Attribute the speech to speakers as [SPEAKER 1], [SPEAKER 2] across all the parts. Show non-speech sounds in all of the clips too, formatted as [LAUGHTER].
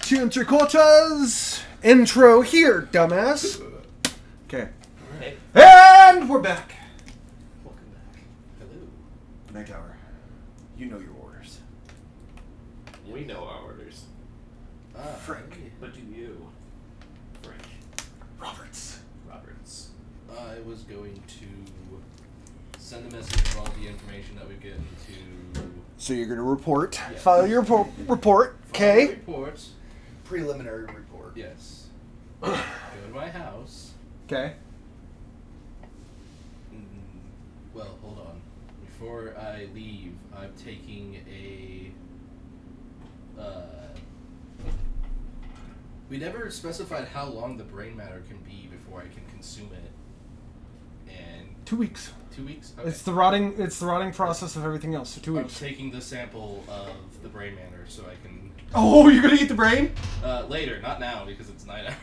[SPEAKER 1] two and three quarters. Intro here, dumbass. Okay.
[SPEAKER 2] Hey,
[SPEAKER 1] And we're back.
[SPEAKER 2] welcome back. Hello.
[SPEAKER 1] Night Tower, you know your orders.
[SPEAKER 2] We know our orders,
[SPEAKER 3] Ah,
[SPEAKER 1] Frank.
[SPEAKER 2] but do you, Frank
[SPEAKER 1] Roberts.
[SPEAKER 2] Roberts?
[SPEAKER 3] I was going to send a message of all the information that we get to
[SPEAKER 1] So you're going to report.
[SPEAKER 3] Yeah.
[SPEAKER 1] File your repor- report.
[SPEAKER 3] Follow the
[SPEAKER 1] Okay.
[SPEAKER 3] reports.
[SPEAKER 4] preliminary report.
[SPEAKER 3] Yes. Go to my house.
[SPEAKER 1] Okay.
[SPEAKER 3] Mm, Well, hold on. Before I leave, I'm taking a. Uh, we never specified how long the brain matter can be before I can consume it. And
[SPEAKER 1] Two weeks.
[SPEAKER 3] two weeks. Okay.
[SPEAKER 1] It's the rotting. It's the rotting process of everything else. So two
[SPEAKER 3] I'm
[SPEAKER 1] weeks.
[SPEAKER 3] taking the sample of the brain matter so I can
[SPEAKER 1] Oh, you're gonna eat the brain?
[SPEAKER 3] Uh, later, not now because it's [LAUGHS] night hour.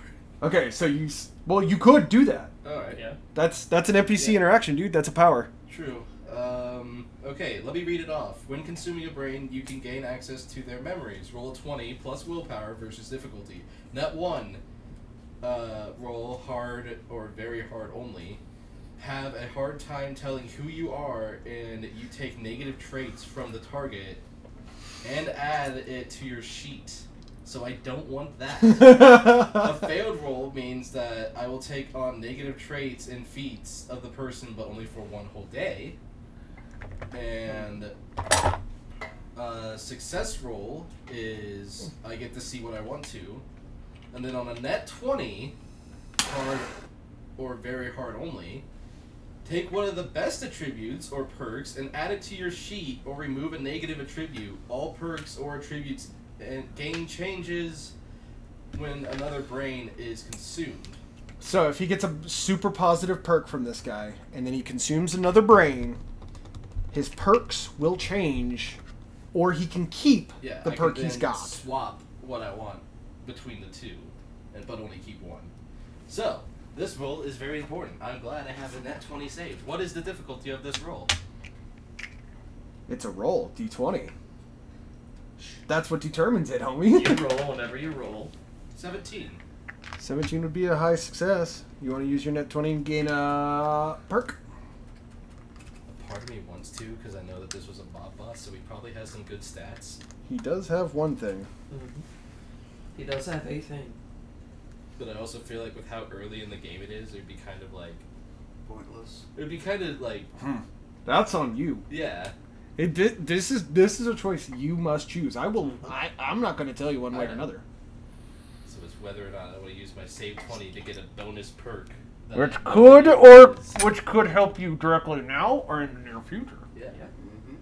[SPEAKER 1] Okay. So you. s- Well, you could do that.
[SPEAKER 3] All right.
[SPEAKER 2] Yeah.
[SPEAKER 1] That's that's an NPC
[SPEAKER 3] Yeah.
[SPEAKER 1] interaction, dude. That's a power.
[SPEAKER 3] True. Um, okay, let me read it off. When consuming a brain, you can gain access to their memories. Roll a twenty plus willpower versus difficulty. Net one. Uh, roll hard or very hard only. Have a hard time telling who you are, and you take negative traits from the target, and add it to your sheet. So I don't want
[SPEAKER 1] [LAUGHS]
[SPEAKER 3] that. [LAUGHS] A failed roll means that I will take on negative traits and feats of the person, but only for one whole day. And a success roll is I get to see what I want to. And then on a net 20, hard or very hard only, take one of the best attributes or perks and add it to your sheet or remove a negative attribute. All perks or attributes and gain changes when another brain is consumed.
[SPEAKER 1] So if he gets a super positive perk from this guy, and then he consumes another brain, his perks will change, or he can keep
[SPEAKER 3] Yeah,
[SPEAKER 1] the
[SPEAKER 3] I
[SPEAKER 1] perk
[SPEAKER 3] can
[SPEAKER 1] he's
[SPEAKER 3] then
[SPEAKER 1] got.
[SPEAKER 3] Swap what I want between the two, and but only keep one. So this roll is very important. I'm glad I have a net twenty saved. What is the difficulty of this roll?
[SPEAKER 1] It's a roll, d20. That's what determines it, homie. [LAUGHS]
[SPEAKER 2] You roll whenever you roll.
[SPEAKER 3] Seventeen.
[SPEAKER 1] 17 would be a high success. You want to use your net 20 and gain a perk?
[SPEAKER 3] A part of me wants to because I know that this was a mob boss, so he probably has some good stats.
[SPEAKER 1] He does have one thing.
[SPEAKER 2] Mm-hmm. He does have a thing.
[SPEAKER 3] But I also feel like with how early in the game it is, it'd be kind of like
[SPEAKER 4] Pointless.
[SPEAKER 3] it'd be kind of like
[SPEAKER 1] That's on you.
[SPEAKER 3] yeah.
[SPEAKER 1] It, thi- this is this is a choice you must choose. I will. I, I'm not going to tell you one way or
[SPEAKER 3] I-
[SPEAKER 1] another.
[SPEAKER 3] So it's whether or not I want to use my save twenty to get a bonus perk. that
[SPEAKER 1] Which
[SPEAKER 3] I-
[SPEAKER 1] could or which could help you directly now or in the near future.
[SPEAKER 3] yeah.
[SPEAKER 2] Yeah.
[SPEAKER 4] Mm-hmm.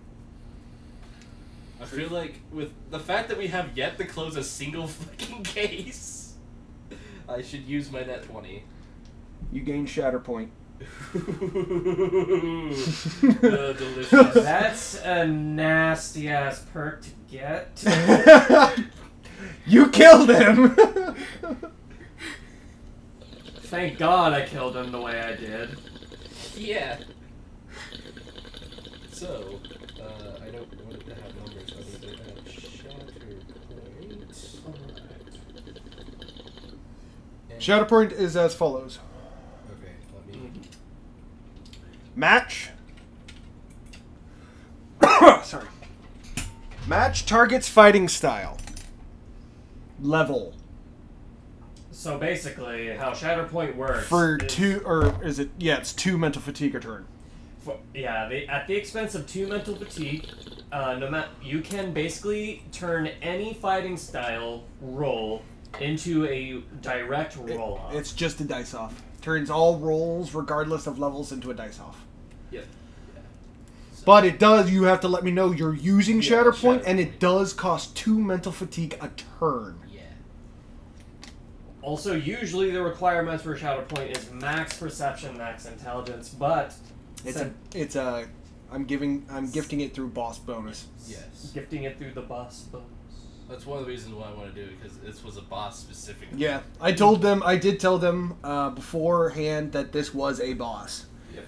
[SPEAKER 3] I feel like with the fact that we have yet to close a single [LAUGHS] fucking case, I should use my net twenty.
[SPEAKER 1] You gain shatter point.
[SPEAKER 3] the delicious.
[SPEAKER 2] That's a nasty ass perk to get.
[SPEAKER 1] [LAUGHS] [LAUGHS] you killed him.
[SPEAKER 2] Thank God I killed him the way I did.
[SPEAKER 3] yeah. So, uh, I don't want it to have numbers. I need to have shatter points.
[SPEAKER 1] [LAUGHS]
[SPEAKER 3] And-
[SPEAKER 1] shatter point is as follows:
[SPEAKER 3] Okay, let me.
[SPEAKER 1] match. [COUGHS] Sorry. Match targets fighting style. Level
[SPEAKER 2] So basically, how Shatterpoint works
[SPEAKER 1] for
[SPEAKER 2] is-
[SPEAKER 1] two, or is it? Yeah, it's two mental fatigue a turn.
[SPEAKER 2] For, yeah, they, at the expense of two mental fatigue, uh, no ma- you can basically turn any fighting style roll into a direct roll off.
[SPEAKER 1] It's just a dice off. Turns all rolls, regardless of levels, into a dice off.
[SPEAKER 3] Yep.
[SPEAKER 1] But it does. You have to let me know you're using
[SPEAKER 3] Yeah,
[SPEAKER 1] Shatter Point, and
[SPEAKER 3] Shatterpoint.
[SPEAKER 1] it does cost two mental fatigue a turn.
[SPEAKER 3] Yeah.
[SPEAKER 2] also, usually the requirements for Shatterpoint is max perception, max intelligence, but
[SPEAKER 1] It's a.
[SPEAKER 2] since
[SPEAKER 1] It's a. I'm giving. I'm gifting it through boss bonus.
[SPEAKER 3] Yes.
[SPEAKER 2] gifting it through the boss bonus.
[SPEAKER 3] That's one of the reasons why I want to do it because this was a boss specifically.
[SPEAKER 1] Yeah, I told them. I did tell them uh, beforehand that this was a boss.
[SPEAKER 3] Yeah.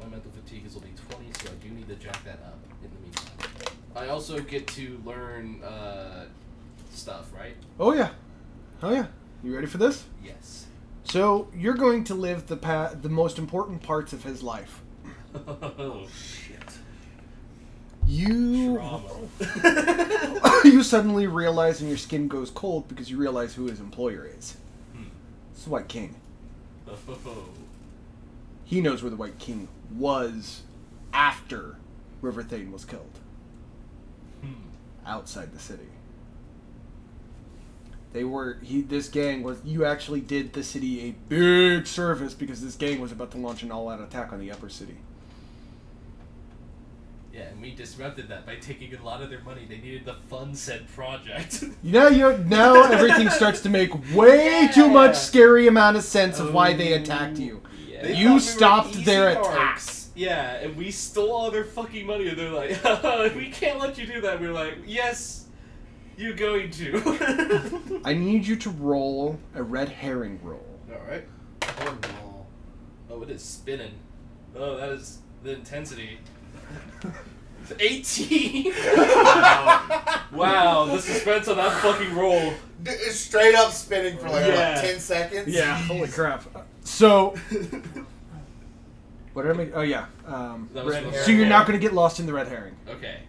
[SPEAKER 3] My mental fatigues will be 20, so I do need to jack that up in the meantime. I also get to learn uh, stuff, right?
[SPEAKER 1] Oh yeah, oh yeah. You ready for this?
[SPEAKER 3] Yes.
[SPEAKER 1] So you're going to live the pa- the most important parts of his life.
[SPEAKER 3] [LAUGHS] oh shit.
[SPEAKER 1] You
[SPEAKER 3] Trauma.
[SPEAKER 1] [COUGHS] you suddenly realize, and your skin goes cold because you realize who his employer is.
[SPEAKER 3] Hmm.
[SPEAKER 1] It's the White King.
[SPEAKER 3] [LAUGHS] Oh.
[SPEAKER 1] He knows where the White King was after River Thane was killed
[SPEAKER 3] Hmm.
[SPEAKER 1] outside the city. They were he. This gang was. You actually did the city a big service because this gang was about to launch an all-out attack on the upper city.
[SPEAKER 3] Yeah, and we disrupted that by taking a lot of their money. They needed the fund said project. [LAUGHS]
[SPEAKER 1] You know, you now everything starts to make way too
[SPEAKER 3] Yeah.
[SPEAKER 1] much scary amount of sense of why they attacked
[SPEAKER 3] Oh,
[SPEAKER 1] you.
[SPEAKER 2] Yeah.
[SPEAKER 3] They
[SPEAKER 1] You
[SPEAKER 3] thought we were
[SPEAKER 1] stopped
[SPEAKER 3] easy
[SPEAKER 1] their
[SPEAKER 3] marks.
[SPEAKER 1] attacks.
[SPEAKER 3] Yeah, and we stole all their fucking money, and they're like, [LAUGHS] "Oh, "We can't let you do that." We're like, "Yes, you're going to." [LAUGHS]
[SPEAKER 1] I need you to roll a red herring roll.
[SPEAKER 3] all right.
[SPEAKER 4] Oh no.
[SPEAKER 3] Oh, it is spinning. Oh, that is the intensity. It's Eighteen.
[SPEAKER 4] Wow.
[SPEAKER 3] wow, the suspense on that fucking roll.
[SPEAKER 4] D- it's straight up spinning for like,
[SPEAKER 3] Yeah.
[SPEAKER 4] what, 10 seconds? [LAUGHS] Jeez.
[SPEAKER 1] holy crap. So,
[SPEAKER 3] that
[SPEAKER 1] what did I make? Oh yeah. Um,
[SPEAKER 3] was supposed
[SPEAKER 2] Red herring.
[SPEAKER 1] so you're
[SPEAKER 3] to-
[SPEAKER 1] not going to get lost in the red herring.
[SPEAKER 3] Okay.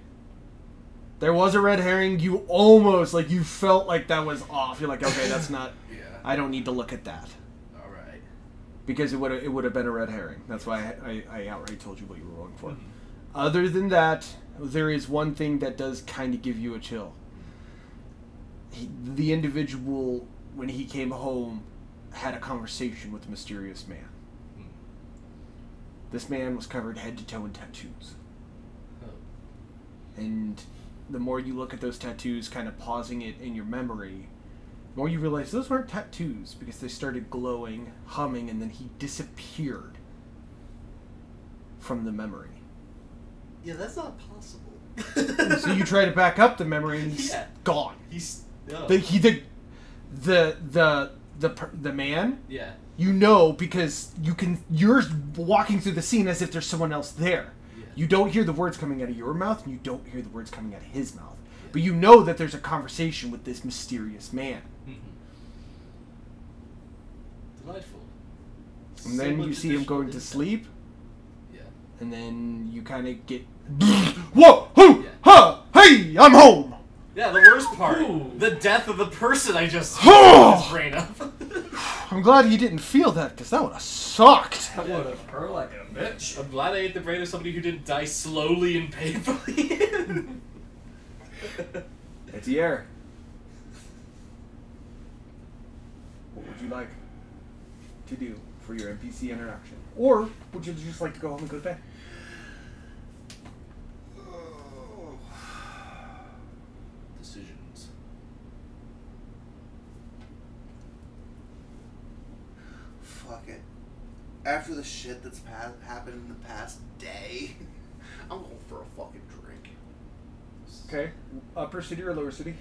[SPEAKER 1] There was a red herring. You almost like you felt like that was off. You're like, okay, that's not.
[SPEAKER 3] Yeah.
[SPEAKER 1] I don't need to look at that
[SPEAKER 3] All right.
[SPEAKER 1] because it would it would have been a red herring. That's why I, I, I outright told you what you were rolling for. Other than that, there is one thing that does kind of give you a chill. He, the individual, when he came home, had a conversation with a mysterious man.
[SPEAKER 3] Hmm.
[SPEAKER 1] This man was covered head to toe in tattoos.
[SPEAKER 3] Oh.
[SPEAKER 1] And the more you look at those tattoos, kind of pausing it in your memory, the more you realize those weren't tattoos because they started glowing, humming, and then he disappeared from the memory.
[SPEAKER 4] Yeah, that's not possible.
[SPEAKER 1] so
[SPEAKER 3] [LAUGHS]
[SPEAKER 1] you try to back up the memory and he's
[SPEAKER 3] Yeah.
[SPEAKER 1] gone.
[SPEAKER 3] He's. Oh.
[SPEAKER 1] The, he, the, the, the, the, per- the man,
[SPEAKER 3] yeah.
[SPEAKER 1] you know because you can, you're walking through the scene as if there's someone else there.
[SPEAKER 3] Yeah.
[SPEAKER 1] You don't hear the words coming out of your mouth, and you don't hear the words coming out of his mouth. But you know that there's a conversation with this mysterious man.
[SPEAKER 3] Mhm. Delightful.
[SPEAKER 1] And then
[SPEAKER 3] Somewhat
[SPEAKER 1] you see him
[SPEAKER 3] traditional
[SPEAKER 1] going to
[SPEAKER 3] insight.
[SPEAKER 1] sleep,
[SPEAKER 3] Yeah.
[SPEAKER 1] and then you kind of get. [LAUGHS] Whoa! Who?
[SPEAKER 3] Yeah.
[SPEAKER 1] Ha! Hey! I'm home!
[SPEAKER 3] Yeah, the worst part.
[SPEAKER 2] Ooh.
[SPEAKER 3] The death of the person I just
[SPEAKER 1] Oh!
[SPEAKER 3] his brain up. [LAUGHS]
[SPEAKER 1] I'm glad you didn't feel that, because that would have sucked.
[SPEAKER 2] That would have hurt like a bitch.
[SPEAKER 3] I'm glad I ate the brain of somebody who didn't die slowly and painfully. [LAUGHS]
[SPEAKER 1] It's the air. What would you like to do for your NPC interaction? Or would you just like to go home and go to bed?
[SPEAKER 4] Oh.
[SPEAKER 3] Decisions.
[SPEAKER 4] Fuck it. After the shit that's pa- happened in the past day, [LAUGHS] I'm going for a fucking drink.
[SPEAKER 1] Okay. Upper city or lower city?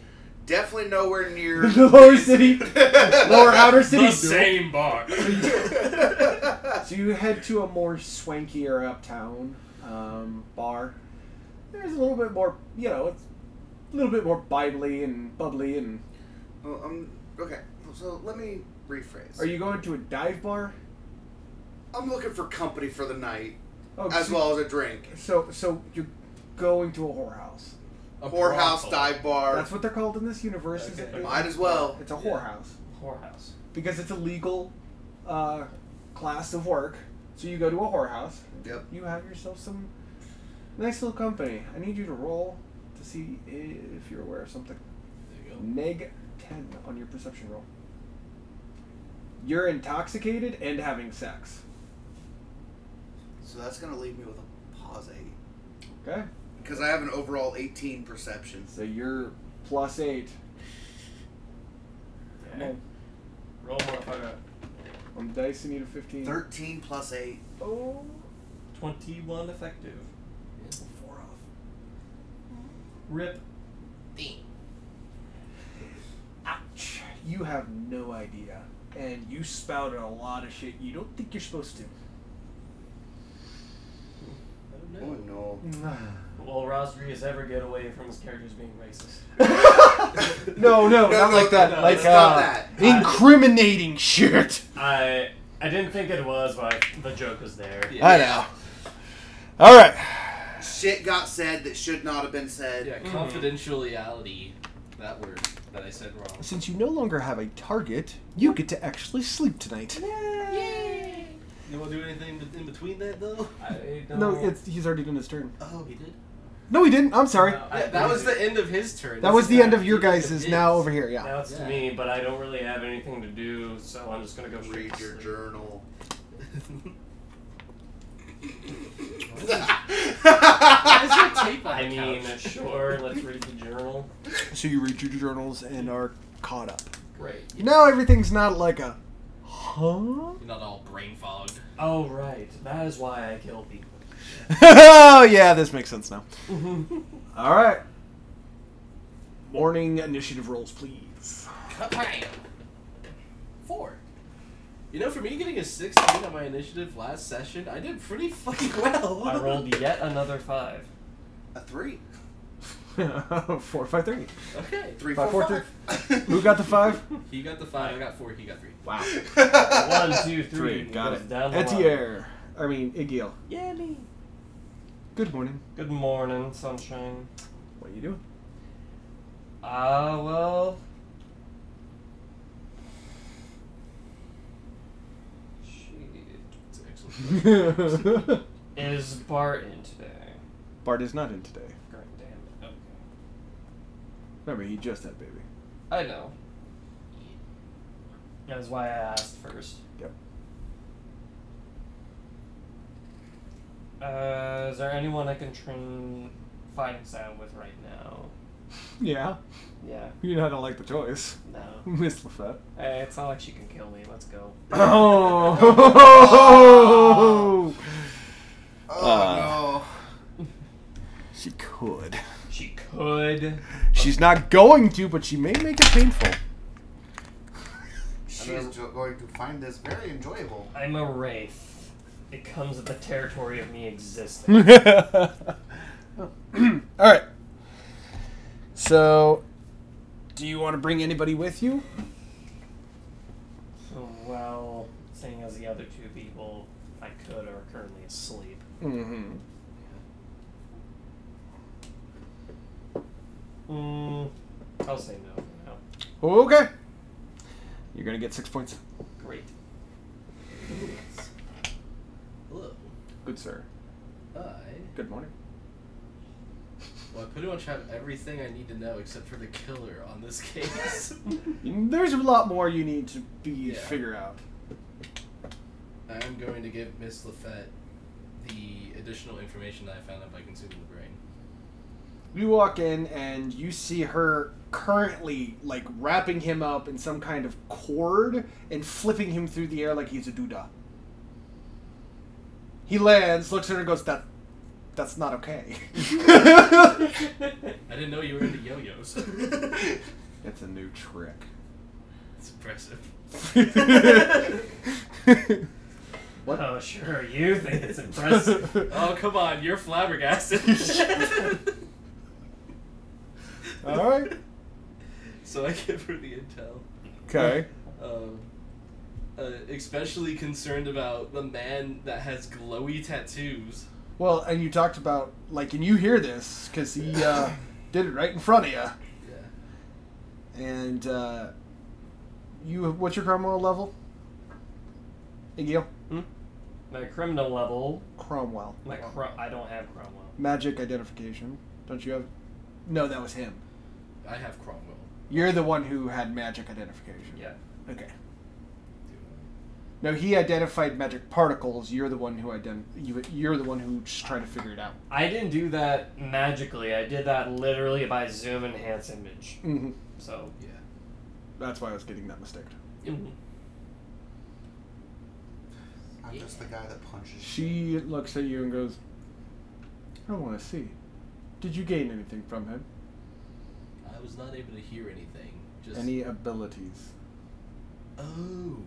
[SPEAKER 4] Definitely nowhere
[SPEAKER 1] [LAUGHS]
[SPEAKER 4] near
[SPEAKER 1] lower
[SPEAKER 4] [LAUGHS]
[SPEAKER 1] city. Lower outer city.
[SPEAKER 3] The
[SPEAKER 1] [LAUGHS]
[SPEAKER 3] same bar.
[SPEAKER 1] So you head to a more swankier uptown um, bar. There's a little bit more, you know, it's a little bit more bibly and bubbly. And
[SPEAKER 4] Well, um, okay, so let me rephrase.
[SPEAKER 1] are you going to a dive bar?
[SPEAKER 4] I'm looking for company for the night,
[SPEAKER 1] Oh,
[SPEAKER 4] as
[SPEAKER 1] so-
[SPEAKER 4] well as a drink.
[SPEAKER 1] So, so you're going to a whorehouse.
[SPEAKER 3] A
[SPEAKER 4] Whorehouse,
[SPEAKER 3] brothel.
[SPEAKER 4] dive bar.
[SPEAKER 1] That's what they're called in this universe. is
[SPEAKER 2] Okay.
[SPEAKER 1] it?
[SPEAKER 4] Might as well.
[SPEAKER 1] It's a
[SPEAKER 3] Yeah.
[SPEAKER 1] whorehouse
[SPEAKER 2] Whorehouse.
[SPEAKER 1] because it's a legal uh, class of work. So you go to a whorehouse.
[SPEAKER 4] Yep.
[SPEAKER 1] You have yourself some nice little company. I need you to roll to see if you're aware of something.
[SPEAKER 3] There you
[SPEAKER 1] Neg 10 on your perception roll. You're intoxicated and having sex.
[SPEAKER 4] So that's gonna leave me with a pause eight
[SPEAKER 1] Okay?
[SPEAKER 4] because I have an overall 18 perceptions.
[SPEAKER 1] So you're plus 8. Come
[SPEAKER 2] Okay.
[SPEAKER 1] on.
[SPEAKER 2] Roll motherfucker.
[SPEAKER 1] I'm dicing you to 15.
[SPEAKER 4] 13 plus eight.
[SPEAKER 1] Oh.
[SPEAKER 2] Twenty-one effective.
[SPEAKER 4] Four off.
[SPEAKER 2] Rip.
[SPEAKER 1] Ouch. You have no idea. And you spouted a lot of shit you don't [LAUGHS] think you're supposed to.
[SPEAKER 3] go. I don't
[SPEAKER 4] Oh
[SPEAKER 3] know.
[SPEAKER 4] no.
[SPEAKER 2] will Rodriguez ever get away from his characters being racist?
[SPEAKER 1] No, no,
[SPEAKER 4] No,
[SPEAKER 1] not
[SPEAKER 4] no,
[SPEAKER 1] like that.
[SPEAKER 4] no,
[SPEAKER 1] like
[SPEAKER 4] it's
[SPEAKER 1] uh,
[SPEAKER 4] not that.
[SPEAKER 1] incriminating shit.
[SPEAKER 2] I I didn't think it was, but the joke was there.
[SPEAKER 3] Yeah.
[SPEAKER 1] I know. All right.
[SPEAKER 4] Shit got said that should not have been said.
[SPEAKER 3] Yeah, confidentiality. That word that I said wrong.
[SPEAKER 1] Since you no longer have a target, you get to actually sleep tonight.
[SPEAKER 3] You want to do anything be- in between that though?
[SPEAKER 2] I don't,
[SPEAKER 1] No, it's he's already done his turn.
[SPEAKER 3] Oh, he did.
[SPEAKER 1] No, he didn't. I'm sorry.
[SPEAKER 2] No, I-
[SPEAKER 3] Yeah, that was the end of his turn.
[SPEAKER 1] That was the end of your
[SPEAKER 3] He did
[SPEAKER 1] guys'
[SPEAKER 3] his.
[SPEAKER 1] now over here, yeah.
[SPEAKER 2] Now it's to
[SPEAKER 3] Yeah.
[SPEAKER 2] me, but I don't really have anything to do, so I'm just gonna go straight
[SPEAKER 4] Read
[SPEAKER 2] to
[SPEAKER 4] your
[SPEAKER 2] sleep.
[SPEAKER 4] [LAUGHS] journal.
[SPEAKER 3] Why
[SPEAKER 1] [LAUGHS]
[SPEAKER 3] is there tape on
[SPEAKER 2] I
[SPEAKER 3] the
[SPEAKER 2] mean,
[SPEAKER 3] couch?
[SPEAKER 2] [LAUGHS] sure, let's read the journal.
[SPEAKER 1] So you read your journals and are caught up.
[SPEAKER 3] Great.
[SPEAKER 1] Now everything's not like a huh?
[SPEAKER 3] You're not all brain fogged.
[SPEAKER 2] Oh right, that is why I kill people.
[SPEAKER 1] oh yeah, this makes sense now. All right. Morning initiative rolls, please. [LAUGHS]
[SPEAKER 3] Kabam! Four. You know, for me getting a 16 on my initiative last session, I did pretty fucking [LAUGHS] well.
[SPEAKER 2] I rolled yet another five.
[SPEAKER 4] A three.
[SPEAKER 1] four, five, three.
[SPEAKER 3] Okay.
[SPEAKER 4] Three,
[SPEAKER 1] By
[SPEAKER 4] four,
[SPEAKER 1] four,
[SPEAKER 4] five.
[SPEAKER 1] Who
[SPEAKER 4] [LAUGHS]
[SPEAKER 1] got the five?
[SPEAKER 3] He got the five, I got four, he got three.
[SPEAKER 1] [LAUGHS] Wow.
[SPEAKER 2] One, two,
[SPEAKER 1] Three.
[SPEAKER 2] three.
[SPEAKER 1] Got
[SPEAKER 2] goes
[SPEAKER 1] it.
[SPEAKER 2] Down the line.
[SPEAKER 1] Etier. I mean, Igiel.
[SPEAKER 2] Yeah, me.
[SPEAKER 1] Good morning.
[SPEAKER 2] Good morning, sunshine.
[SPEAKER 1] What are you doing?
[SPEAKER 2] Ah, well. Shit.
[SPEAKER 3] It's
[SPEAKER 1] [LAUGHS]
[SPEAKER 3] excellent.
[SPEAKER 2] Is Barton today?
[SPEAKER 1] Bart is not in today.
[SPEAKER 2] God damn it. Okay.
[SPEAKER 1] Remember, he just had baby.
[SPEAKER 2] I know. That's why I asked first.
[SPEAKER 1] Yep.
[SPEAKER 2] Uh, is there anyone I can train fighting style with right now?
[SPEAKER 1] Yeah.
[SPEAKER 2] Yeah,
[SPEAKER 1] You know I don't like the choice.
[SPEAKER 2] no.
[SPEAKER 1] [LAUGHS] Miss LaFette.
[SPEAKER 2] Hey, Uh, it's not like she can kill me. Let's go.
[SPEAKER 1] Oh.
[SPEAKER 4] Oh
[SPEAKER 1] Uh. [LAUGHS] she could.
[SPEAKER 2] She could.
[SPEAKER 1] She's not going to, but she may make it painful.
[SPEAKER 4] no! She's jo- going to find this very enjoyable.
[SPEAKER 2] I'm a wraith. It comes with the territory of
[SPEAKER 1] [LAUGHS]
[SPEAKER 2] me existing.
[SPEAKER 1] All right. So, do you want to bring anybody with you?
[SPEAKER 2] so, Oh, well, seeing as the other two people I could are currently asleep.
[SPEAKER 1] Mm-hmm.
[SPEAKER 2] Mm, I'll say no for now.
[SPEAKER 1] Okay. You're gonna get six points.
[SPEAKER 2] [LAUGHS] Great.
[SPEAKER 3] Hello.
[SPEAKER 1] Good sir.
[SPEAKER 3] I.
[SPEAKER 1] Good morning.
[SPEAKER 3] Well, I pretty much have everything I need to know except for the killer on this [LAUGHS] case.
[SPEAKER 1] [LAUGHS] There's a lot more you need to be
[SPEAKER 3] Yeah.
[SPEAKER 1] figure out.
[SPEAKER 3] I'm going to give Miss LaFette the additional information that I found out by consuming the brain.
[SPEAKER 1] You walk in and you see her currently like wrapping him up in some kind of cord and flipping him through the air like he's a doodah. He lands, looks at her, and goes, "That, that's not okay."
[SPEAKER 3] I didn't know you were into
[SPEAKER 1] [LAUGHS]
[SPEAKER 3] yo-yos.
[SPEAKER 1] it's a new trick.
[SPEAKER 3] it's impressive.
[SPEAKER 1] what?
[SPEAKER 2] Oh, sure, you think it's impressive. [LAUGHS]
[SPEAKER 3] Oh, come on, you're flabbergasted.
[SPEAKER 1] [LAUGHS] All right.
[SPEAKER 3] so I give her the intel.
[SPEAKER 1] Okay.
[SPEAKER 3] Um, uh, especially concerned about the man that has glowy tattoos.
[SPEAKER 1] Well, and you talked about like, and you hear this because he uh, did it right in front of you.
[SPEAKER 3] Yeah.
[SPEAKER 1] And uh, you, what's your Cromwell level? Igil?
[SPEAKER 2] Hmm? My criminal level,
[SPEAKER 1] Cromwell.
[SPEAKER 2] my cro- I don't have Cromwell.
[SPEAKER 1] Magic identification. Don't you have? No, that was him.
[SPEAKER 3] I have Cromwell.
[SPEAKER 1] You're the one who had magic identification.
[SPEAKER 2] Yeah.
[SPEAKER 1] Okay.
[SPEAKER 3] Do
[SPEAKER 1] No, he identified magic particles. You're the one who ident. You, you're the one who just trying to figure it out.
[SPEAKER 2] I didn't do that magically. I did that literally by zoom enhance image.
[SPEAKER 1] Mm-hmm.
[SPEAKER 2] So, oh,
[SPEAKER 3] I? Yeah.
[SPEAKER 1] That's why I was getting that mistake.
[SPEAKER 4] I'm just the guy that punches.
[SPEAKER 1] She looks at you and goes, "I want to see. Did you gain anything from him?
[SPEAKER 3] I was not able to hear anything. Just
[SPEAKER 1] Any abilities?
[SPEAKER 3] Oh,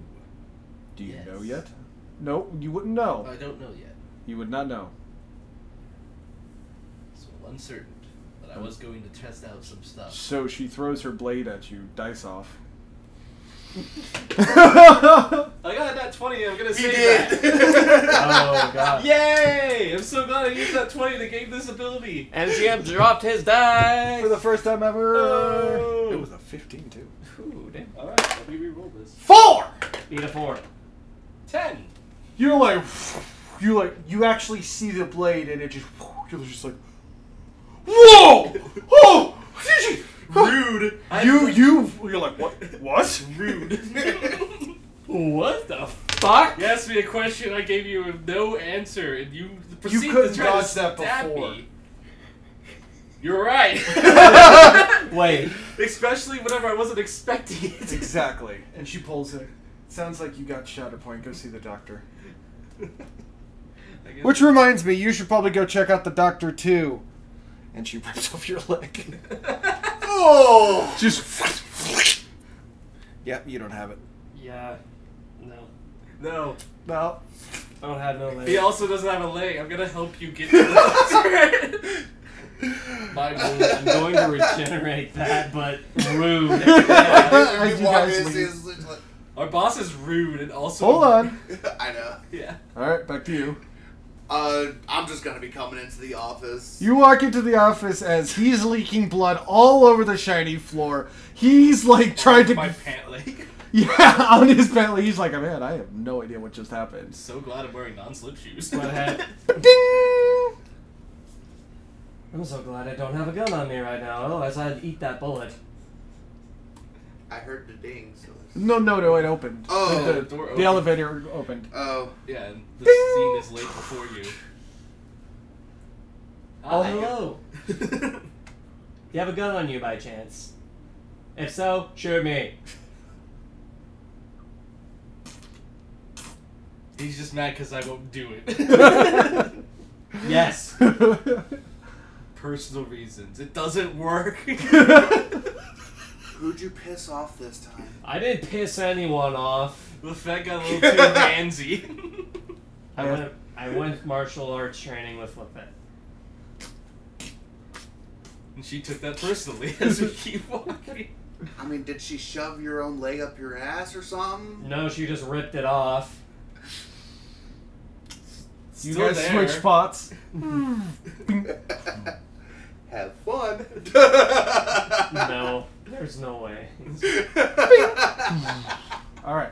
[SPEAKER 1] Do you know
[SPEAKER 3] Yes.
[SPEAKER 1] yet? No, you wouldn't know.
[SPEAKER 3] I don't know yet.
[SPEAKER 1] You would not know.
[SPEAKER 3] So uncertain, but I was going to test out some stuff.
[SPEAKER 1] So she throws her blade at you, dice off.
[SPEAKER 3] I got that 20, I'm gonna
[SPEAKER 4] He
[SPEAKER 3] save
[SPEAKER 4] did.
[SPEAKER 2] Oh,
[SPEAKER 4] [LAUGHS]
[SPEAKER 3] that.
[SPEAKER 2] [LAUGHS] God.
[SPEAKER 3] Yay! I'm so glad I used that 20 that gave this ability.
[SPEAKER 2] MGM dropped his die.
[SPEAKER 1] For the first time ever.
[SPEAKER 3] Oh.
[SPEAKER 1] It was a 15, too.
[SPEAKER 2] Ooh, damn.
[SPEAKER 3] Alright, let me re-roll this.
[SPEAKER 1] Four!
[SPEAKER 2] Beat a four.
[SPEAKER 3] 10!
[SPEAKER 1] You're like, you like, you actually see the blade, and it just, you're just like, whoa! Oh!
[SPEAKER 3] Rude!
[SPEAKER 1] You, you, you're like, what? What?
[SPEAKER 3] [LAUGHS] Rude.
[SPEAKER 2] What the fuck?
[SPEAKER 3] you asked me a question, I gave you a no answer, and you proceed
[SPEAKER 1] couldn't
[SPEAKER 3] to try to
[SPEAKER 1] dodge that
[SPEAKER 3] stab
[SPEAKER 1] before.
[SPEAKER 3] me. You're right. [LAUGHS]
[SPEAKER 2] Wait.
[SPEAKER 3] Especially whenever I wasn't expecting
[SPEAKER 1] [LAUGHS]
[SPEAKER 3] it.
[SPEAKER 1] Exactly. And she pulls
[SPEAKER 3] [LAUGHS]
[SPEAKER 1] it. Sounds like you got shatter point. Go see the doctor.
[SPEAKER 3] I guess-
[SPEAKER 1] Which [LAUGHS]
[SPEAKER 3] [LAUGHS]
[SPEAKER 1] reminds me, you should probably go check out the doctor too. And she [LAUGHS] rips off your leg.
[SPEAKER 4] oh.
[SPEAKER 1] Just. [LAUGHS] yep, you don't have it.
[SPEAKER 2] Yeah. No.
[SPEAKER 3] no.
[SPEAKER 1] Well,
[SPEAKER 2] I don't have no
[SPEAKER 3] He
[SPEAKER 2] legs.
[SPEAKER 3] also doesn't have a leg. I'm gonna help you get to the doctor. My wound.
[SPEAKER 2] I'm going to regenerate that, but rude.
[SPEAKER 1] As
[SPEAKER 4] you
[SPEAKER 1] you
[SPEAKER 4] walk
[SPEAKER 1] guys
[SPEAKER 4] in, see
[SPEAKER 1] leave.
[SPEAKER 4] it's just like-
[SPEAKER 3] Our boss is rude and also.
[SPEAKER 1] hold on.
[SPEAKER 4] I know.
[SPEAKER 3] Yeah.
[SPEAKER 1] All right, back to you.
[SPEAKER 4] Uh, I'm just gonna be coming into the office.
[SPEAKER 1] You walk into the office as he's leaking blood all over the shiny floor. He's like trying
[SPEAKER 3] My
[SPEAKER 1] to,
[SPEAKER 3] pant leg.
[SPEAKER 1] [LAUGHS]
[SPEAKER 3] [LAUGHS]
[SPEAKER 1] yeah, on his belly. He's like, man, I have no idea what just happened.
[SPEAKER 3] So glad I'm wearing non-slip shoes.
[SPEAKER 2] What hat?
[SPEAKER 1] Ding!
[SPEAKER 2] I'm so glad I don't have a gun on me right now, otherwise I'd eat that bullet.
[SPEAKER 4] I heard the ding. So. it's-
[SPEAKER 1] No, no, no, it opened.
[SPEAKER 4] Oh,
[SPEAKER 1] the,
[SPEAKER 3] the
[SPEAKER 1] the
[SPEAKER 3] door opened.
[SPEAKER 1] elevator opened.
[SPEAKER 4] Oh.
[SPEAKER 3] [LAUGHS] Yeah, and the
[SPEAKER 1] Ding.
[SPEAKER 3] scene is laid before you. Ah,
[SPEAKER 2] Oh,
[SPEAKER 3] Hi.
[SPEAKER 2] hello. Do you have a gun on you by chance? If so, shoot me.
[SPEAKER 3] He's just mad because I won't do
[SPEAKER 1] [LAUGHS]
[SPEAKER 3] it.
[SPEAKER 2] Yes.
[SPEAKER 3] Personal reasons. It doesn't work.
[SPEAKER 1] [LAUGHS]
[SPEAKER 3] [LAUGHS]
[SPEAKER 4] Who'd you piss off this time?
[SPEAKER 2] I didn't piss anyone off.
[SPEAKER 3] The fact got a little
[SPEAKER 4] [LAUGHS]
[SPEAKER 3] too handsy.
[SPEAKER 2] I
[SPEAKER 1] Yeah.
[SPEAKER 2] went. I went martial arts training with Lipit.
[SPEAKER 3] and she took that personally as we keep walking.
[SPEAKER 4] I mean, did she shove your own leg up your ass or something?
[SPEAKER 2] No, she just ripped it off.
[SPEAKER 1] you
[SPEAKER 3] Still
[SPEAKER 1] guys
[SPEAKER 3] there.
[SPEAKER 1] switch
[SPEAKER 3] [LAUGHS]
[SPEAKER 1] spots.
[SPEAKER 4] [LAUGHS] Have fun.
[SPEAKER 1] [LAUGHS]
[SPEAKER 2] No, there's no way.
[SPEAKER 1] All right.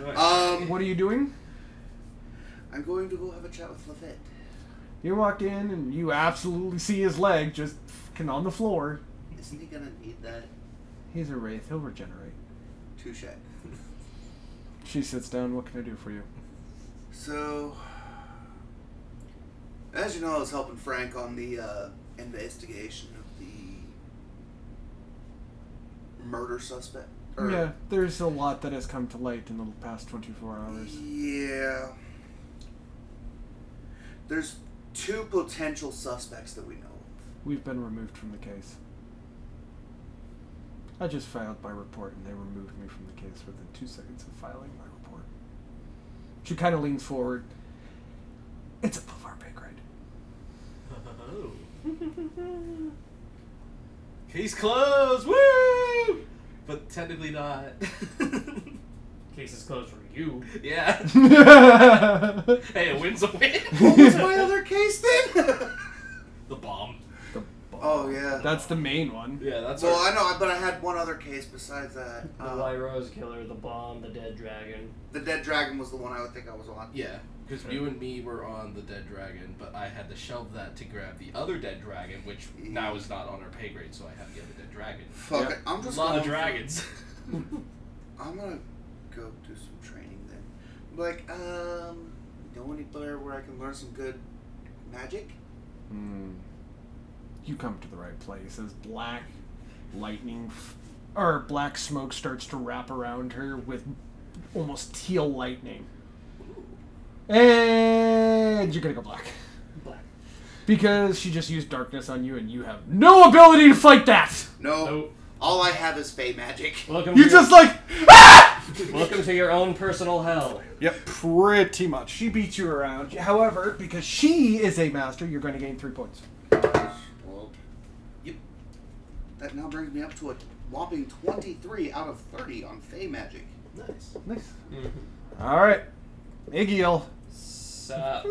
[SPEAKER 3] Right.
[SPEAKER 4] [LAUGHS] um,
[SPEAKER 1] What are you doing?
[SPEAKER 4] I'm going to go have a chat with Lafette.
[SPEAKER 1] You walk in and you absolutely see his leg just fucking on the floor.
[SPEAKER 4] Isn't he gonna need that?
[SPEAKER 1] He's a wraith. He'll regenerate.
[SPEAKER 4] Touche.
[SPEAKER 1] She sits down. What can I do for you?
[SPEAKER 4] So, as you know, I was helping Frank on the uh, investigation of the murder suspect. or-
[SPEAKER 1] yeah, there's a lot that has come to light in the past 24 hours.
[SPEAKER 4] Yeah. There's two potential suspects that we know of.
[SPEAKER 1] We've been removed from the case. I just filed my report and they removed me from the case within two seconds of filing my report. She kind of leans forward. It's above our pay grade. [LAUGHS]
[SPEAKER 3] Oh. [LAUGHS] Case closed! Woo! But technically not. [LAUGHS]
[SPEAKER 2] Case is closed for you.
[SPEAKER 4] [LAUGHS]
[SPEAKER 3] yeah. Hey, a win's a
[SPEAKER 4] What
[SPEAKER 3] win.
[SPEAKER 1] [LAUGHS]
[SPEAKER 4] was my other case then?
[SPEAKER 3] [LAUGHS] the bomb.
[SPEAKER 1] The bomb.
[SPEAKER 4] oh yeah.
[SPEAKER 1] That's the main one.
[SPEAKER 3] Yeah, that's
[SPEAKER 4] well,
[SPEAKER 3] our-
[SPEAKER 4] I know, but I had one other case besides that.
[SPEAKER 2] The
[SPEAKER 4] Uh,
[SPEAKER 2] White Rose Killer, the bomb, the dead dragon.
[SPEAKER 4] the dead dragon was the one I would think I was on.
[SPEAKER 3] Yeah, because you and me were on the dead dragon, but I had to shelve that to grab the other dead dragon, which now is not on our pay grade, so I have the other dead dragon.
[SPEAKER 4] Fuck
[SPEAKER 1] Yeah.
[SPEAKER 4] it. I'm
[SPEAKER 3] A
[SPEAKER 4] just
[SPEAKER 3] lot
[SPEAKER 4] going
[SPEAKER 3] of dragons.
[SPEAKER 4] I'm gonna go do some training then. Like, um, know anywhere where I can learn some good magic?
[SPEAKER 1] Hmm. You come to the right place as black lightning f- or black smoke starts to wrap around her with almost teal lightning. And you're gonna go black.
[SPEAKER 2] Black.
[SPEAKER 1] Because she just used darkness on you and you have no ability to fight that!
[SPEAKER 4] No.
[SPEAKER 2] Nope.
[SPEAKER 4] All I have is fey magic.
[SPEAKER 2] Welcome.
[SPEAKER 1] You're
[SPEAKER 2] to your-
[SPEAKER 1] just like, ah!
[SPEAKER 2] welcome to your own personal hell.
[SPEAKER 1] Yep, pretty much. She beats you around. However, because she is a master, you're going to gain three points.
[SPEAKER 4] Well, That now brings me up to a whopping 23 out of 30 on Fey Magic.
[SPEAKER 3] Nice.
[SPEAKER 1] Nice.
[SPEAKER 2] Mhm.
[SPEAKER 1] All right, Iggy'll.
[SPEAKER 2] Sup.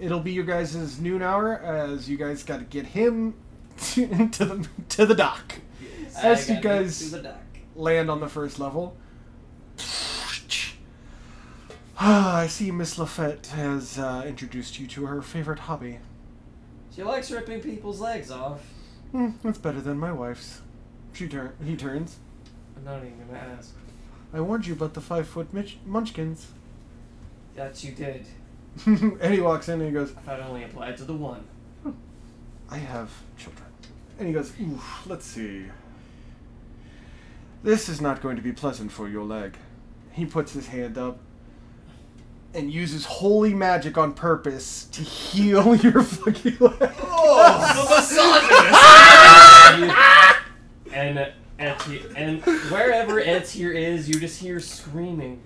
[SPEAKER 1] It'll be your guys' noon hour as you guys got to get him [LAUGHS] to, to the to the dock.
[SPEAKER 3] Yes.
[SPEAKER 2] I
[SPEAKER 1] As you
[SPEAKER 2] gotta
[SPEAKER 1] guys-
[SPEAKER 2] get to the dock.
[SPEAKER 1] Land on the first level. [SIGHS] Ah, I see Miss Lafette has uh, introduced you to her favorite hobby.
[SPEAKER 2] She likes ripping people's legs off.
[SPEAKER 1] Hmm, that's better than my wife's. She turn. He turns.
[SPEAKER 2] I'm not even gonna ask.
[SPEAKER 1] I warned you about the five foot mich- munchkins. [LAUGHS]
[SPEAKER 2] That you did.
[SPEAKER 1] and he walks in and he goes,
[SPEAKER 2] I thought it only applied to the one.
[SPEAKER 1] I have children. And he goes, Oof, let's see. This is not going to be pleasant for your leg. He puts his hand up and uses holy magic on purpose to heal [LAUGHS] your fucking leg.
[SPEAKER 4] Oh, [LAUGHS]
[SPEAKER 2] You- and at the- and wherever Ed's here is, you just hear screaming.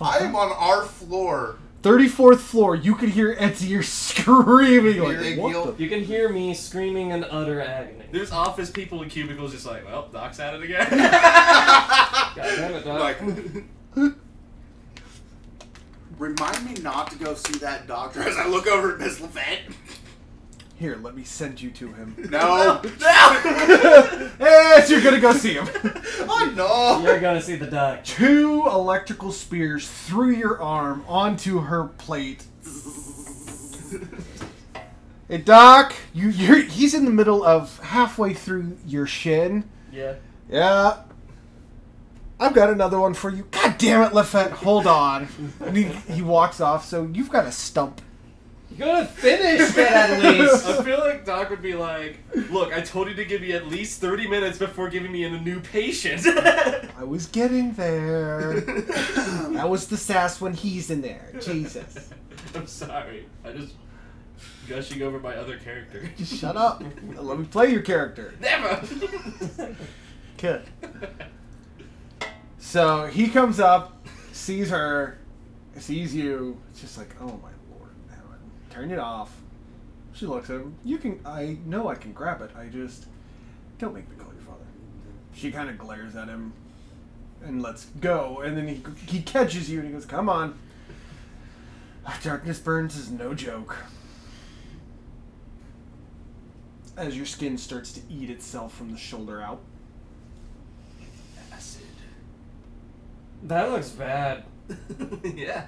[SPEAKER 4] I am on our floor.
[SPEAKER 1] 34th floor, you could hear Etzier screaming like,
[SPEAKER 4] Big deal.
[SPEAKER 1] what the?
[SPEAKER 2] You can hear me screaming in utter agony.
[SPEAKER 3] There's office people in cubicles just like, well, Doc's at it again.
[SPEAKER 2] God damn it, dog.
[SPEAKER 4] Like, remind me not to go see that doctor as I look over at Miss Levant.
[SPEAKER 1] Here, let me send you to him.
[SPEAKER 4] [LAUGHS]
[SPEAKER 1] [LAUGHS]
[SPEAKER 4] No.
[SPEAKER 1] and you're gonna go see him.
[SPEAKER 4] [LAUGHS] oh no.
[SPEAKER 2] You're gonna see the doc.
[SPEAKER 1] Two electrical spears through your arm onto her plate. Hey, Doc, you, you're, he's in the middle of halfway through your shin.
[SPEAKER 2] Yeah.
[SPEAKER 1] Yeah. I've got another one for you. God damn it, Lefette, hold on. And he, he walks off, so you've got a stump.
[SPEAKER 2] You gotta finish
[SPEAKER 3] [LAUGHS]
[SPEAKER 2] that at least.
[SPEAKER 3] I feel like Doc would be like, look, I told you to give me at least 30 minutes before giving me in a new patient.
[SPEAKER 1] I was getting there. That was the sass when he's in there. Jesus.
[SPEAKER 3] [LAUGHS] I'm sorry. I just gushing over my other character.
[SPEAKER 1] Just shut up. Let me play your character.
[SPEAKER 3] [LAUGHS] Never!
[SPEAKER 1] Good. So he comes up, sees her, sees you. It's just like, oh my lord, Aaron, turn it off. She looks at him. You can. I know I can grab it. I just don't make me call your father. She kind of glares at him and lets go. And then he he catches you and he goes, come on. Ah, Darkness burns is no joke. As your skin starts to eat itself from the shoulder out.
[SPEAKER 3] Acid.
[SPEAKER 2] That looks bad.
[SPEAKER 3] yeah.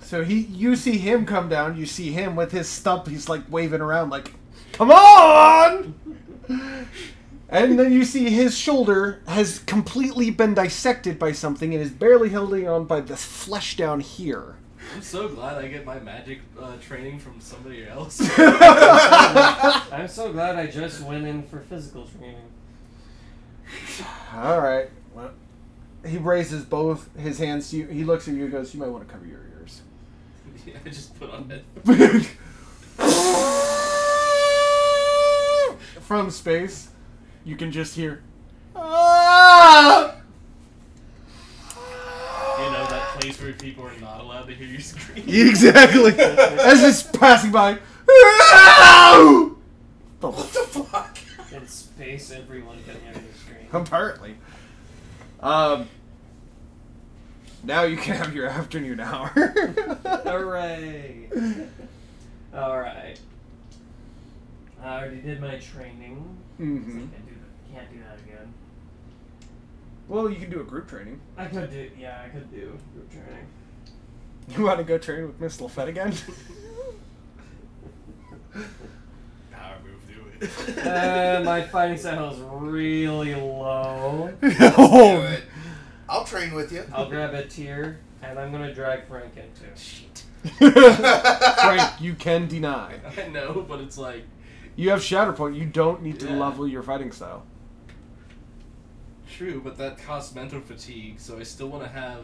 [SPEAKER 1] So he, you see him come down. You see him with his stump. He's like waving around, like, "Come on!" and then you see his shoulder has completely been dissected by something and is barely holding on by the flesh down here.
[SPEAKER 3] I'm so glad I get my magic uh, training from somebody else. [LAUGHS]
[SPEAKER 2] I'm so glad I just went in for physical training.
[SPEAKER 1] All right. Well, he raises both his hands to you. He looks at you and goes, "You might want to cover your ears."
[SPEAKER 3] yeah, I just put on it.
[SPEAKER 1] [LAUGHS] From space, you can just
[SPEAKER 4] [LAUGHS]
[SPEAKER 1] hear. "Ah!"
[SPEAKER 3] You know, that place where people are not allowed to hear you scream.
[SPEAKER 1] Exactly. [LAUGHS] As it's passing
[SPEAKER 4] [LAUGHS]
[SPEAKER 1] by.
[SPEAKER 4] What the fuck?
[SPEAKER 2] In space, everyone can hear the scream.
[SPEAKER 1] [LAUGHS] Apparently. Um. Now you can have your afternoon [LAUGHS] hour.
[SPEAKER 2] Hooray!
[SPEAKER 1] Mm-hmm.
[SPEAKER 2] Alright. I already did my training. so
[SPEAKER 1] hmm
[SPEAKER 2] I can't do that, can't do that again.
[SPEAKER 1] Well, you can do a group training.
[SPEAKER 2] I could do, yeah, I could do group training.
[SPEAKER 1] You want to go train with Miss Lafette
[SPEAKER 4] [LAUGHS]
[SPEAKER 1] again?
[SPEAKER 3] Power move, do it.
[SPEAKER 2] Uh, my fighting style is really low.
[SPEAKER 4] Do
[SPEAKER 1] oh,
[SPEAKER 4] it. I'll train with you.
[SPEAKER 2] I'll grab a tier, and I'm gonna drag Frank into. Shit.
[SPEAKER 1] Frank, you can deny.
[SPEAKER 3] [LAUGHS] I know, but it's like,
[SPEAKER 1] You have Shatterpoint. You don't need to
[SPEAKER 3] Yeah.
[SPEAKER 1] level your fighting style.
[SPEAKER 3] true, but that costs mental fatigue, so I still want to have.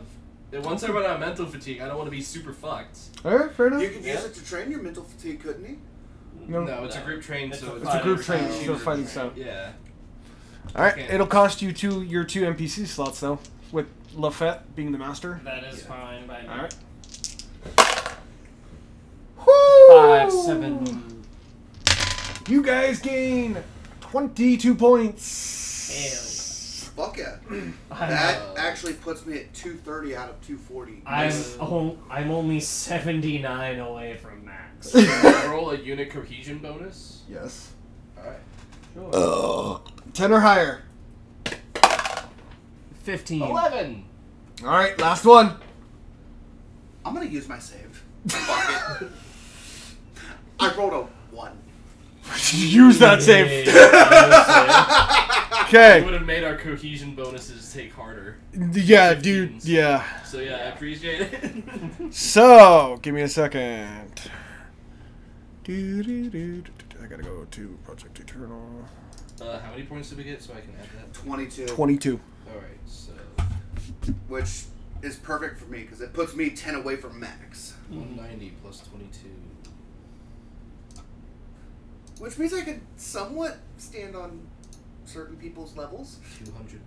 [SPEAKER 3] and Once I run out of mental fatigue, I don't want to be super fucked.
[SPEAKER 1] All right, fair enough.
[SPEAKER 4] You could use
[SPEAKER 3] Yeah.
[SPEAKER 4] it to train your mental fatigue, couldn't you?
[SPEAKER 1] No.
[SPEAKER 3] No, it's a group train,
[SPEAKER 2] It's
[SPEAKER 3] so
[SPEAKER 2] a
[SPEAKER 1] it's a group train,
[SPEAKER 4] style.
[SPEAKER 1] so fighting style.
[SPEAKER 3] Yeah.
[SPEAKER 1] All right,
[SPEAKER 3] Okay.
[SPEAKER 1] it'll cost you two your two NPC slots though, with Lafette being the master.
[SPEAKER 2] That is
[SPEAKER 3] Yeah.
[SPEAKER 2] fine by me.
[SPEAKER 1] All right.
[SPEAKER 2] Five, seven.
[SPEAKER 1] You guys gain Twenty-two points.
[SPEAKER 4] Fuck yeah.
[SPEAKER 2] I'm,
[SPEAKER 4] That actually puts me at 230 out of 240.
[SPEAKER 2] I'm,
[SPEAKER 4] Nice.
[SPEAKER 2] oh, I'm only 79 away from max.
[SPEAKER 1] [LAUGHS]
[SPEAKER 3] Roll a unit cohesion bonus.
[SPEAKER 1] yes. Uh.
[SPEAKER 3] Alright.
[SPEAKER 2] Sure.
[SPEAKER 1] Ten or higher.
[SPEAKER 3] Hmm.
[SPEAKER 2] 15.
[SPEAKER 3] Eleven!
[SPEAKER 1] All right, last one. [LAUGHS]
[SPEAKER 4] I'm gonna use my save. Fuck it. I rolled a one.
[SPEAKER 1] Use that
[SPEAKER 2] Yay,
[SPEAKER 1] save.
[SPEAKER 2] that
[SPEAKER 3] It
[SPEAKER 1] Okay.
[SPEAKER 3] would have made our cohesion bonuses take harder.
[SPEAKER 1] Yeah, dude. Yeah.
[SPEAKER 3] So yeah, I appreciate it. [LAUGHS]
[SPEAKER 1] So, give me a second. Doo-doo-doo-doo-doo. I gotta go to Project Eternal.
[SPEAKER 3] uh, how many points did we get so I can add that?
[SPEAKER 4] 22.
[SPEAKER 1] 22.
[SPEAKER 3] Alright, so
[SPEAKER 4] Which is perfect for me because it puts me 10 away from max.
[SPEAKER 3] 190 plus 22.
[SPEAKER 4] Which means I could somewhat stand on certain people's levels.
[SPEAKER 3] 212.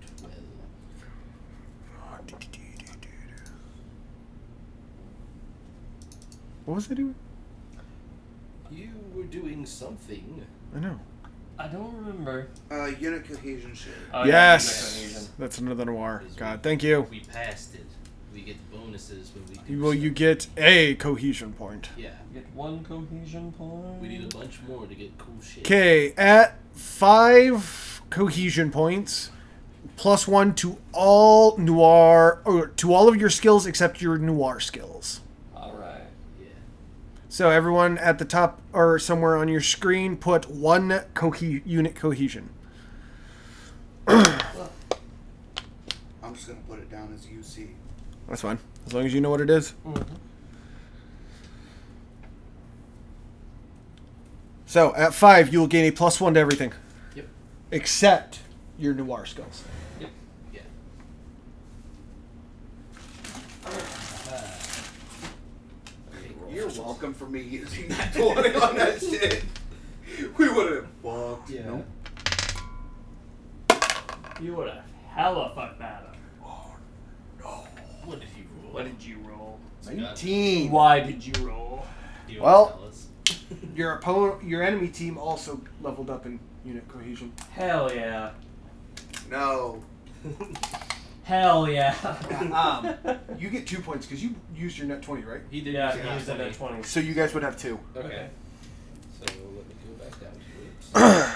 [SPEAKER 1] What was I doing?
[SPEAKER 3] You were doing something.
[SPEAKER 1] I know.
[SPEAKER 2] I don't remember.
[SPEAKER 4] Uh, unit cohesion shit.
[SPEAKER 2] Oh, yeah, Micronesian.
[SPEAKER 1] yes! That's another noir. God, thank you.
[SPEAKER 3] We passed it. We get bonuses when we do
[SPEAKER 1] Well, you get a cohesion point.
[SPEAKER 3] stuff. Yeah.
[SPEAKER 2] Get one cohesion point.
[SPEAKER 3] We need a bunch more to get cool shit.
[SPEAKER 1] Okay, at five cohesion points, plus one to all noir, or to all of your skills except your noir skills.
[SPEAKER 2] All right.
[SPEAKER 3] Yeah.
[SPEAKER 1] So everyone at the top or somewhere on your screen, put one cohe- unit cohesion.
[SPEAKER 4] I'm just gonna put it down as UC.
[SPEAKER 1] That's fine, as long as you know what it is. So at five, you will gain a plus one to everything.
[SPEAKER 3] Yep.
[SPEAKER 1] Except your noir skills.
[SPEAKER 3] Yeah. Uh,
[SPEAKER 4] You're welcome for
[SPEAKER 1] [LAUGHS]
[SPEAKER 4] me using that 20 on that shit. We would have fucked.
[SPEAKER 3] Yeah.
[SPEAKER 4] Nope.
[SPEAKER 2] You would have hella fucked that up.
[SPEAKER 3] What did you roll?
[SPEAKER 2] What did you roll?
[SPEAKER 1] Nineteen.
[SPEAKER 2] Why did you roll?
[SPEAKER 3] Do you
[SPEAKER 1] Well-
[SPEAKER 3] wanna tell us?
[SPEAKER 1] Your opponent, your enemy team also leveled up in unit cohesion.
[SPEAKER 2] Hell yeah.
[SPEAKER 4] No.
[SPEAKER 2] Hell yeah. [LAUGHS]
[SPEAKER 1] Um, You get two points because you used your net twenty, right?
[SPEAKER 3] he did
[SPEAKER 2] yeah,
[SPEAKER 3] use
[SPEAKER 2] he
[SPEAKER 3] that
[SPEAKER 2] used it at
[SPEAKER 3] money.
[SPEAKER 2] 20.
[SPEAKER 1] So you guys would have two,
[SPEAKER 3] Okay.
[SPEAKER 2] Okay.
[SPEAKER 3] So let me go back down to it.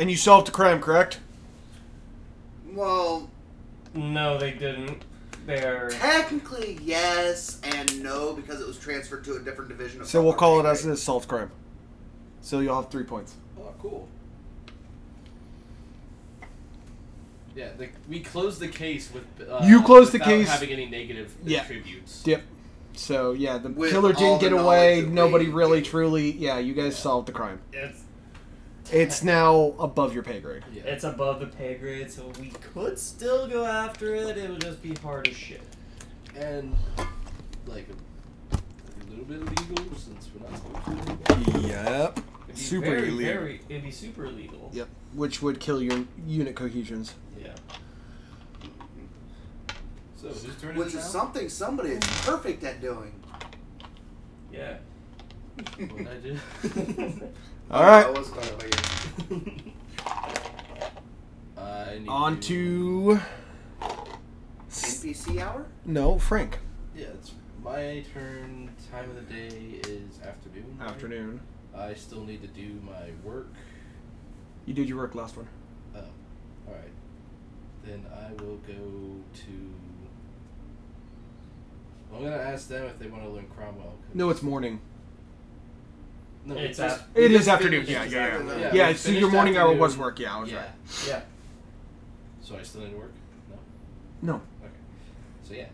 [SPEAKER 1] and you solved the crime, correct?
[SPEAKER 4] Well,
[SPEAKER 2] No, they didn't. They're.
[SPEAKER 4] technically yes and no because it was transferred to a different division. Of
[SPEAKER 1] So we'll call it
[SPEAKER 4] fucking
[SPEAKER 1] as an solved crime. So you'll have three points.
[SPEAKER 3] Oh, cool. Yeah, the, we closed the case with. Uh,
[SPEAKER 1] You closed the
[SPEAKER 3] without
[SPEAKER 1] case-
[SPEAKER 3] Having any negative
[SPEAKER 1] Yeah.
[SPEAKER 3] attributes.
[SPEAKER 1] Yep. So yeah, the
[SPEAKER 4] With
[SPEAKER 1] killer
[SPEAKER 4] all
[SPEAKER 1] didn't
[SPEAKER 4] the
[SPEAKER 1] get away.
[SPEAKER 4] knowledge that
[SPEAKER 1] Nobody
[SPEAKER 4] we
[SPEAKER 1] really,
[SPEAKER 4] gave.
[SPEAKER 1] truly. Yeah, you guys solved the crime.
[SPEAKER 2] It's,
[SPEAKER 1] It's now above your pay grade.
[SPEAKER 3] Yeah.
[SPEAKER 2] it's above the pay grade, so we could still go after it. It would just be hard as shit.
[SPEAKER 3] and like a, a little bit illegal since we're not supposed to.
[SPEAKER 1] Yep.
[SPEAKER 2] It'd be
[SPEAKER 1] Super
[SPEAKER 2] very,
[SPEAKER 1] illegal.
[SPEAKER 2] Very, it'd be super illegal.
[SPEAKER 1] Yep. Which would kill your unit cohesions.
[SPEAKER 2] Yeah.
[SPEAKER 3] So whose turn
[SPEAKER 4] Which
[SPEAKER 3] is it [LAUGHS]
[SPEAKER 4] is
[SPEAKER 3] now?
[SPEAKER 4] something somebody is perfect at doing.
[SPEAKER 2] Yeah.
[SPEAKER 3] What'd I do?
[SPEAKER 4] [LAUGHS]
[SPEAKER 1] All right.
[SPEAKER 4] That was done by you.
[SPEAKER 3] [LAUGHS] I need
[SPEAKER 1] On to
[SPEAKER 4] NPC hour.
[SPEAKER 1] no Frank.
[SPEAKER 3] yeah. It's my turn. Time of the day is afternoon. right?
[SPEAKER 1] Afternoon.
[SPEAKER 3] I still need to do my work.
[SPEAKER 1] You did your work last one.
[SPEAKER 3] Oh, all right. Then I will go to. I'm gonna ask them if they want to learn Cromwell. 'cause-
[SPEAKER 1] No, it's morning.
[SPEAKER 3] no.
[SPEAKER 2] It's
[SPEAKER 3] just-
[SPEAKER 2] af-
[SPEAKER 1] It
[SPEAKER 3] we
[SPEAKER 1] is
[SPEAKER 3] just
[SPEAKER 1] afternoon.
[SPEAKER 3] finished-
[SPEAKER 1] Yeah, yeah,
[SPEAKER 4] yeah.
[SPEAKER 1] yeah.
[SPEAKER 3] we
[SPEAKER 1] Yeah. So your
[SPEAKER 3] finished
[SPEAKER 1] morning hour
[SPEAKER 3] afternoon.
[SPEAKER 1] was work. Yeah, I was
[SPEAKER 3] yeah.
[SPEAKER 1] right.
[SPEAKER 2] Yeah.
[SPEAKER 3] So I still need to work? No?
[SPEAKER 1] No.
[SPEAKER 3] Okay. So yeah.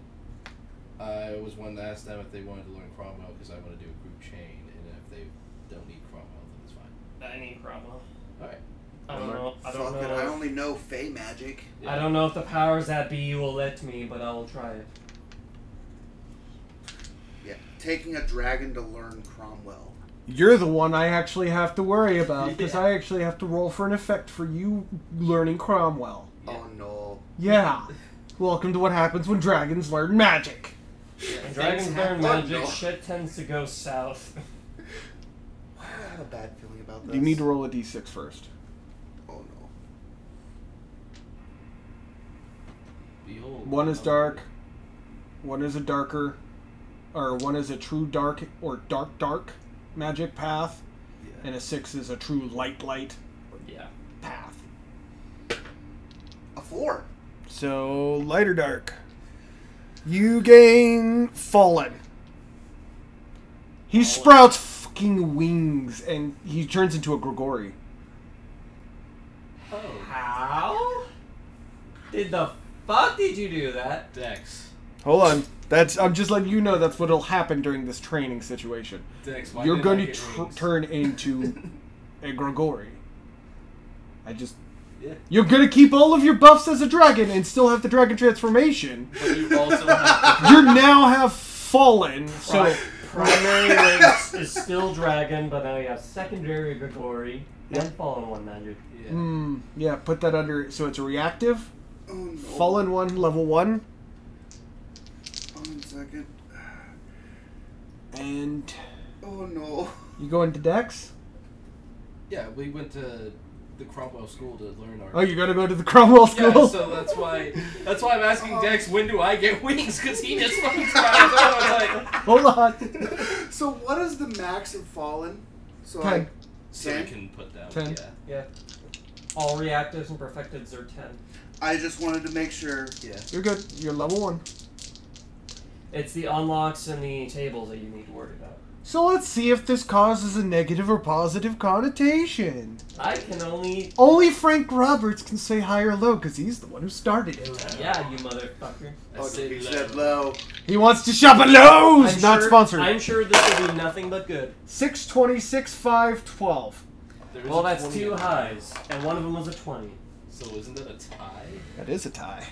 [SPEAKER 3] I was one to ask them if they wanted to learn Cromwell because I want to do a group chain, and if they don't need Cromwell, then it's fine.
[SPEAKER 2] I need Cromwell.
[SPEAKER 3] Alright.
[SPEAKER 2] I don't know. I don't
[SPEAKER 4] Fuck it.
[SPEAKER 2] know.
[SPEAKER 4] I only know Fey magic.
[SPEAKER 2] I don't know if the powers that be will let me, but I will try it.
[SPEAKER 4] Yeah. Taking a dragon to learn Cromwell.
[SPEAKER 1] You're the one I actually have to worry about because
[SPEAKER 3] Yeah.
[SPEAKER 1] I actually have to roll for an effect for you learning Cromwell.
[SPEAKER 3] Yeah.
[SPEAKER 4] Oh no.
[SPEAKER 1] Yeah. Welcome to what happens when dragons learn magic.
[SPEAKER 2] When
[SPEAKER 3] Yeah.
[SPEAKER 2] dragons learn
[SPEAKER 4] happen,
[SPEAKER 2] magic,
[SPEAKER 4] though.
[SPEAKER 2] shit tends to go south. [LAUGHS]
[SPEAKER 4] Why do I have a bad feeling about Oh, this?
[SPEAKER 1] You need to roll a d6 first.
[SPEAKER 3] Behold.
[SPEAKER 1] One is
[SPEAKER 3] how
[SPEAKER 1] dark. One is a darker, or one is a true dark or dark dark magic path,
[SPEAKER 4] Yeah.
[SPEAKER 1] and a six is a true light light
[SPEAKER 2] Yeah.
[SPEAKER 1] path.
[SPEAKER 4] A four.
[SPEAKER 1] So lighter dark. You gain fallen. He sprouts fucking wings and he turns into a Grigori.
[SPEAKER 3] Oh,
[SPEAKER 2] How? Did the fuck did you do that?
[SPEAKER 3] Dex.
[SPEAKER 1] Hold on. That's I'm just letting you know that's what'll happen during this training situation.
[SPEAKER 3] Dex, why
[SPEAKER 1] You're
[SPEAKER 3] didn't
[SPEAKER 1] going
[SPEAKER 3] I
[SPEAKER 1] to
[SPEAKER 3] get
[SPEAKER 1] tr-
[SPEAKER 3] wings?
[SPEAKER 1] turn into a Grigori. I just
[SPEAKER 3] Yeah.
[SPEAKER 1] You're going to keep all of your buffs as a dragon and still have the dragon transformation.
[SPEAKER 3] But you also have.
[SPEAKER 1] You now have fallen. So
[SPEAKER 2] Pri- primary wings is still dragon, but now you have secondary Gregory and fallen one magic.
[SPEAKER 3] [LAUGHS] Yeah.
[SPEAKER 1] Hmm, yeah, put that under so it's a reactive
[SPEAKER 4] Oh, no.
[SPEAKER 1] Fallen one, level one,
[SPEAKER 4] One second.
[SPEAKER 1] and
[SPEAKER 4] Oh no. [LAUGHS]
[SPEAKER 1] you go into Dex.
[SPEAKER 3] Yeah, we went to the Cromwell School to learn our.
[SPEAKER 1] Oh, you're gonna go to the [LAUGHS] Cromwell
[SPEAKER 3] yeah,
[SPEAKER 1] School.
[SPEAKER 3] so that's why that's why I'm
[SPEAKER 4] Oh.
[SPEAKER 3] asking Dex when do I get wings because he just fucking [LAUGHS] sprouted out. I was like,
[SPEAKER 1] [LAUGHS] Hold on.
[SPEAKER 4] so what is the max of fallen? So
[SPEAKER 1] Ten.
[SPEAKER 3] so we
[SPEAKER 4] Ten?
[SPEAKER 3] can put that.
[SPEAKER 1] Ten.
[SPEAKER 3] Yeah.
[SPEAKER 2] Yeah. All reactives and perfecteds are ten.
[SPEAKER 4] I, I just wanted to make sure.
[SPEAKER 3] Yeah.
[SPEAKER 1] You're good. You're level one.
[SPEAKER 2] It's the unlocks and the tables that you need to worry about.
[SPEAKER 1] So let's see if this causes a negative or positive connotation.
[SPEAKER 2] I can only
[SPEAKER 1] Only Frank Roberts can say high or low because he's the one who started it.
[SPEAKER 2] Yeah, you motherfucker.
[SPEAKER 3] I
[SPEAKER 4] oh,
[SPEAKER 3] said
[SPEAKER 4] he
[SPEAKER 3] low.
[SPEAKER 4] said low.
[SPEAKER 1] He wants to shop at Lowe's.
[SPEAKER 2] I'm
[SPEAKER 1] Not
[SPEAKER 2] sure-
[SPEAKER 1] sponsored.
[SPEAKER 2] I'm sure this will be nothing but good.
[SPEAKER 1] Six twenty six five twelve.
[SPEAKER 3] There was
[SPEAKER 2] Well,
[SPEAKER 3] a
[SPEAKER 2] that's
[SPEAKER 3] 20
[SPEAKER 2] two
[SPEAKER 3] in it.
[SPEAKER 2] highs, and one of them was a twenty.
[SPEAKER 3] So isn't that a tie?
[SPEAKER 1] That is a tie.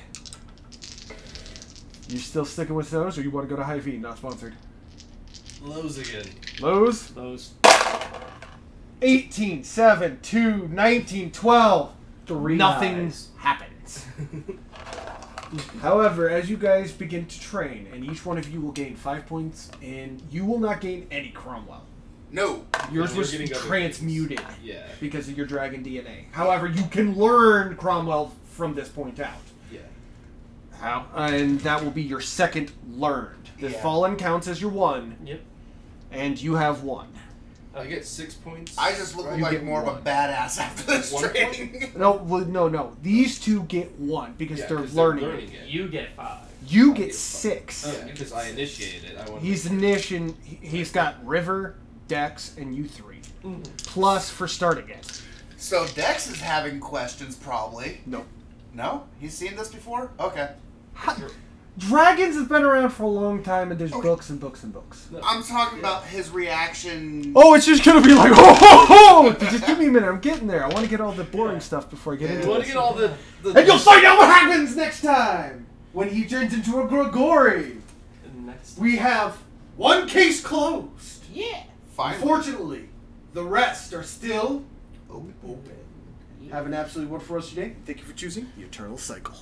[SPEAKER 1] You still sticking with those, or you want to go to High V? Not sponsored.
[SPEAKER 3] Lows again.
[SPEAKER 1] Lowe's.
[SPEAKER 2] Those
[SPEAKER 1] 18, 7, 2, 19, 12.
[SPEAKER 2] three
[SPEAKER 1] Nothing
[SPEAKER 2] highs.
[SPEAKER 1] happens. [LAUGHS] However, as you guys begin to train, and each one of you will gain five points, and you will not gain any Cromwell.
[SPEAKER 4] No.
[SPEAKER 1] Yours
[SPEAKER 3] we're
[SPEAKER 1] was
[SPEAKER 3] getting other
[SPEAKER 1] transmuted
[SPEAKER 3] Yeah.
[SPEAKER 1] because of your dragon DNA. However, you can learn Cromwell from this point out.
[SPEAKER 3] Yeah.
[SPEAKER 1] How? And that will be your second learned. The
[SPEAKER 4] Yeah.
[SPEAKER 1] fallen counts as your one,
[SPEAKER 2] Yep.
[SPEAKER 1] and you have one.
[SPEAKER 3] I get six points.
[SPEAKER 4] I just look
[SPEAKER 3] right?
[SPEAKER 1] You
[SPEAKER 4] like
[SPEAKER 1] get
[SPEAKER 4] more
[SPEAKER 1] one.
[SPEAKER 4] of a badass [LAUGHS] after this
[SPEAKER 3] One
[SPEAKER 4] training.
[SPEAKER 1] No, well, no, no. These two get one because
[SPEAKER 3] Yeah,
[SPEAKER 1] they're
[SPEAKER 3] 'cause
[SPEAKER 1] learning.
[SPEAKER 3] it.
[SPEAKER 2] You get five.
[SPEAKER 1] You
[SPEAKER 3] I
[SPEAKER 1] get
[SPEAKER 3] get
[SPEAKER 1] six.
[SPEAKER 3] Yeah, because I initiated it. I want.
[SPEAKER 1] He's initiating. he- He's got River, Dex, and you three. Plus for starting it.
[SPEAKER 4] so Dex is having questions, probably.
[SPEAKER 1] No.
[SPEAKER 4] No, he's seen this before. Okay.
[SPEAKER 1] Dragons have been around for a long time, and there's
[SPEAKER 4] Okay.
[SPEAKER 1] books and books and books.
[SPEAKER 4] I'm talking about his reaction.
[SPEAKER 1] Oh, it's just gonna be like, [LAUGHS] ho ho ho! just give me a minute. I'm getting there. I want to get all the boring stuff before I get
[SPEAKER 4] Yeah.
[SPEAKER 1] into
[SPEAKER 3] You want to
[SPEAKER 1] it.
[SPEAKER 3] get all the. the
[SPEAKER 1] And you'll find out what happens next time when he turns into a Grigori.
[SPEAKER 2] Next.
[SPEAKER 1] We have one case closed.
[SPEAKER 2] Yeah.
[SPEAKER 4] Finally.
[SPEAKER 1] Unfortunately, the rest are still
[SPEAKER 4] Oh,
[SPEAKER 1] Have an absolutely wonderful rest of your day. Thank you for choosing the Eternal Cycle.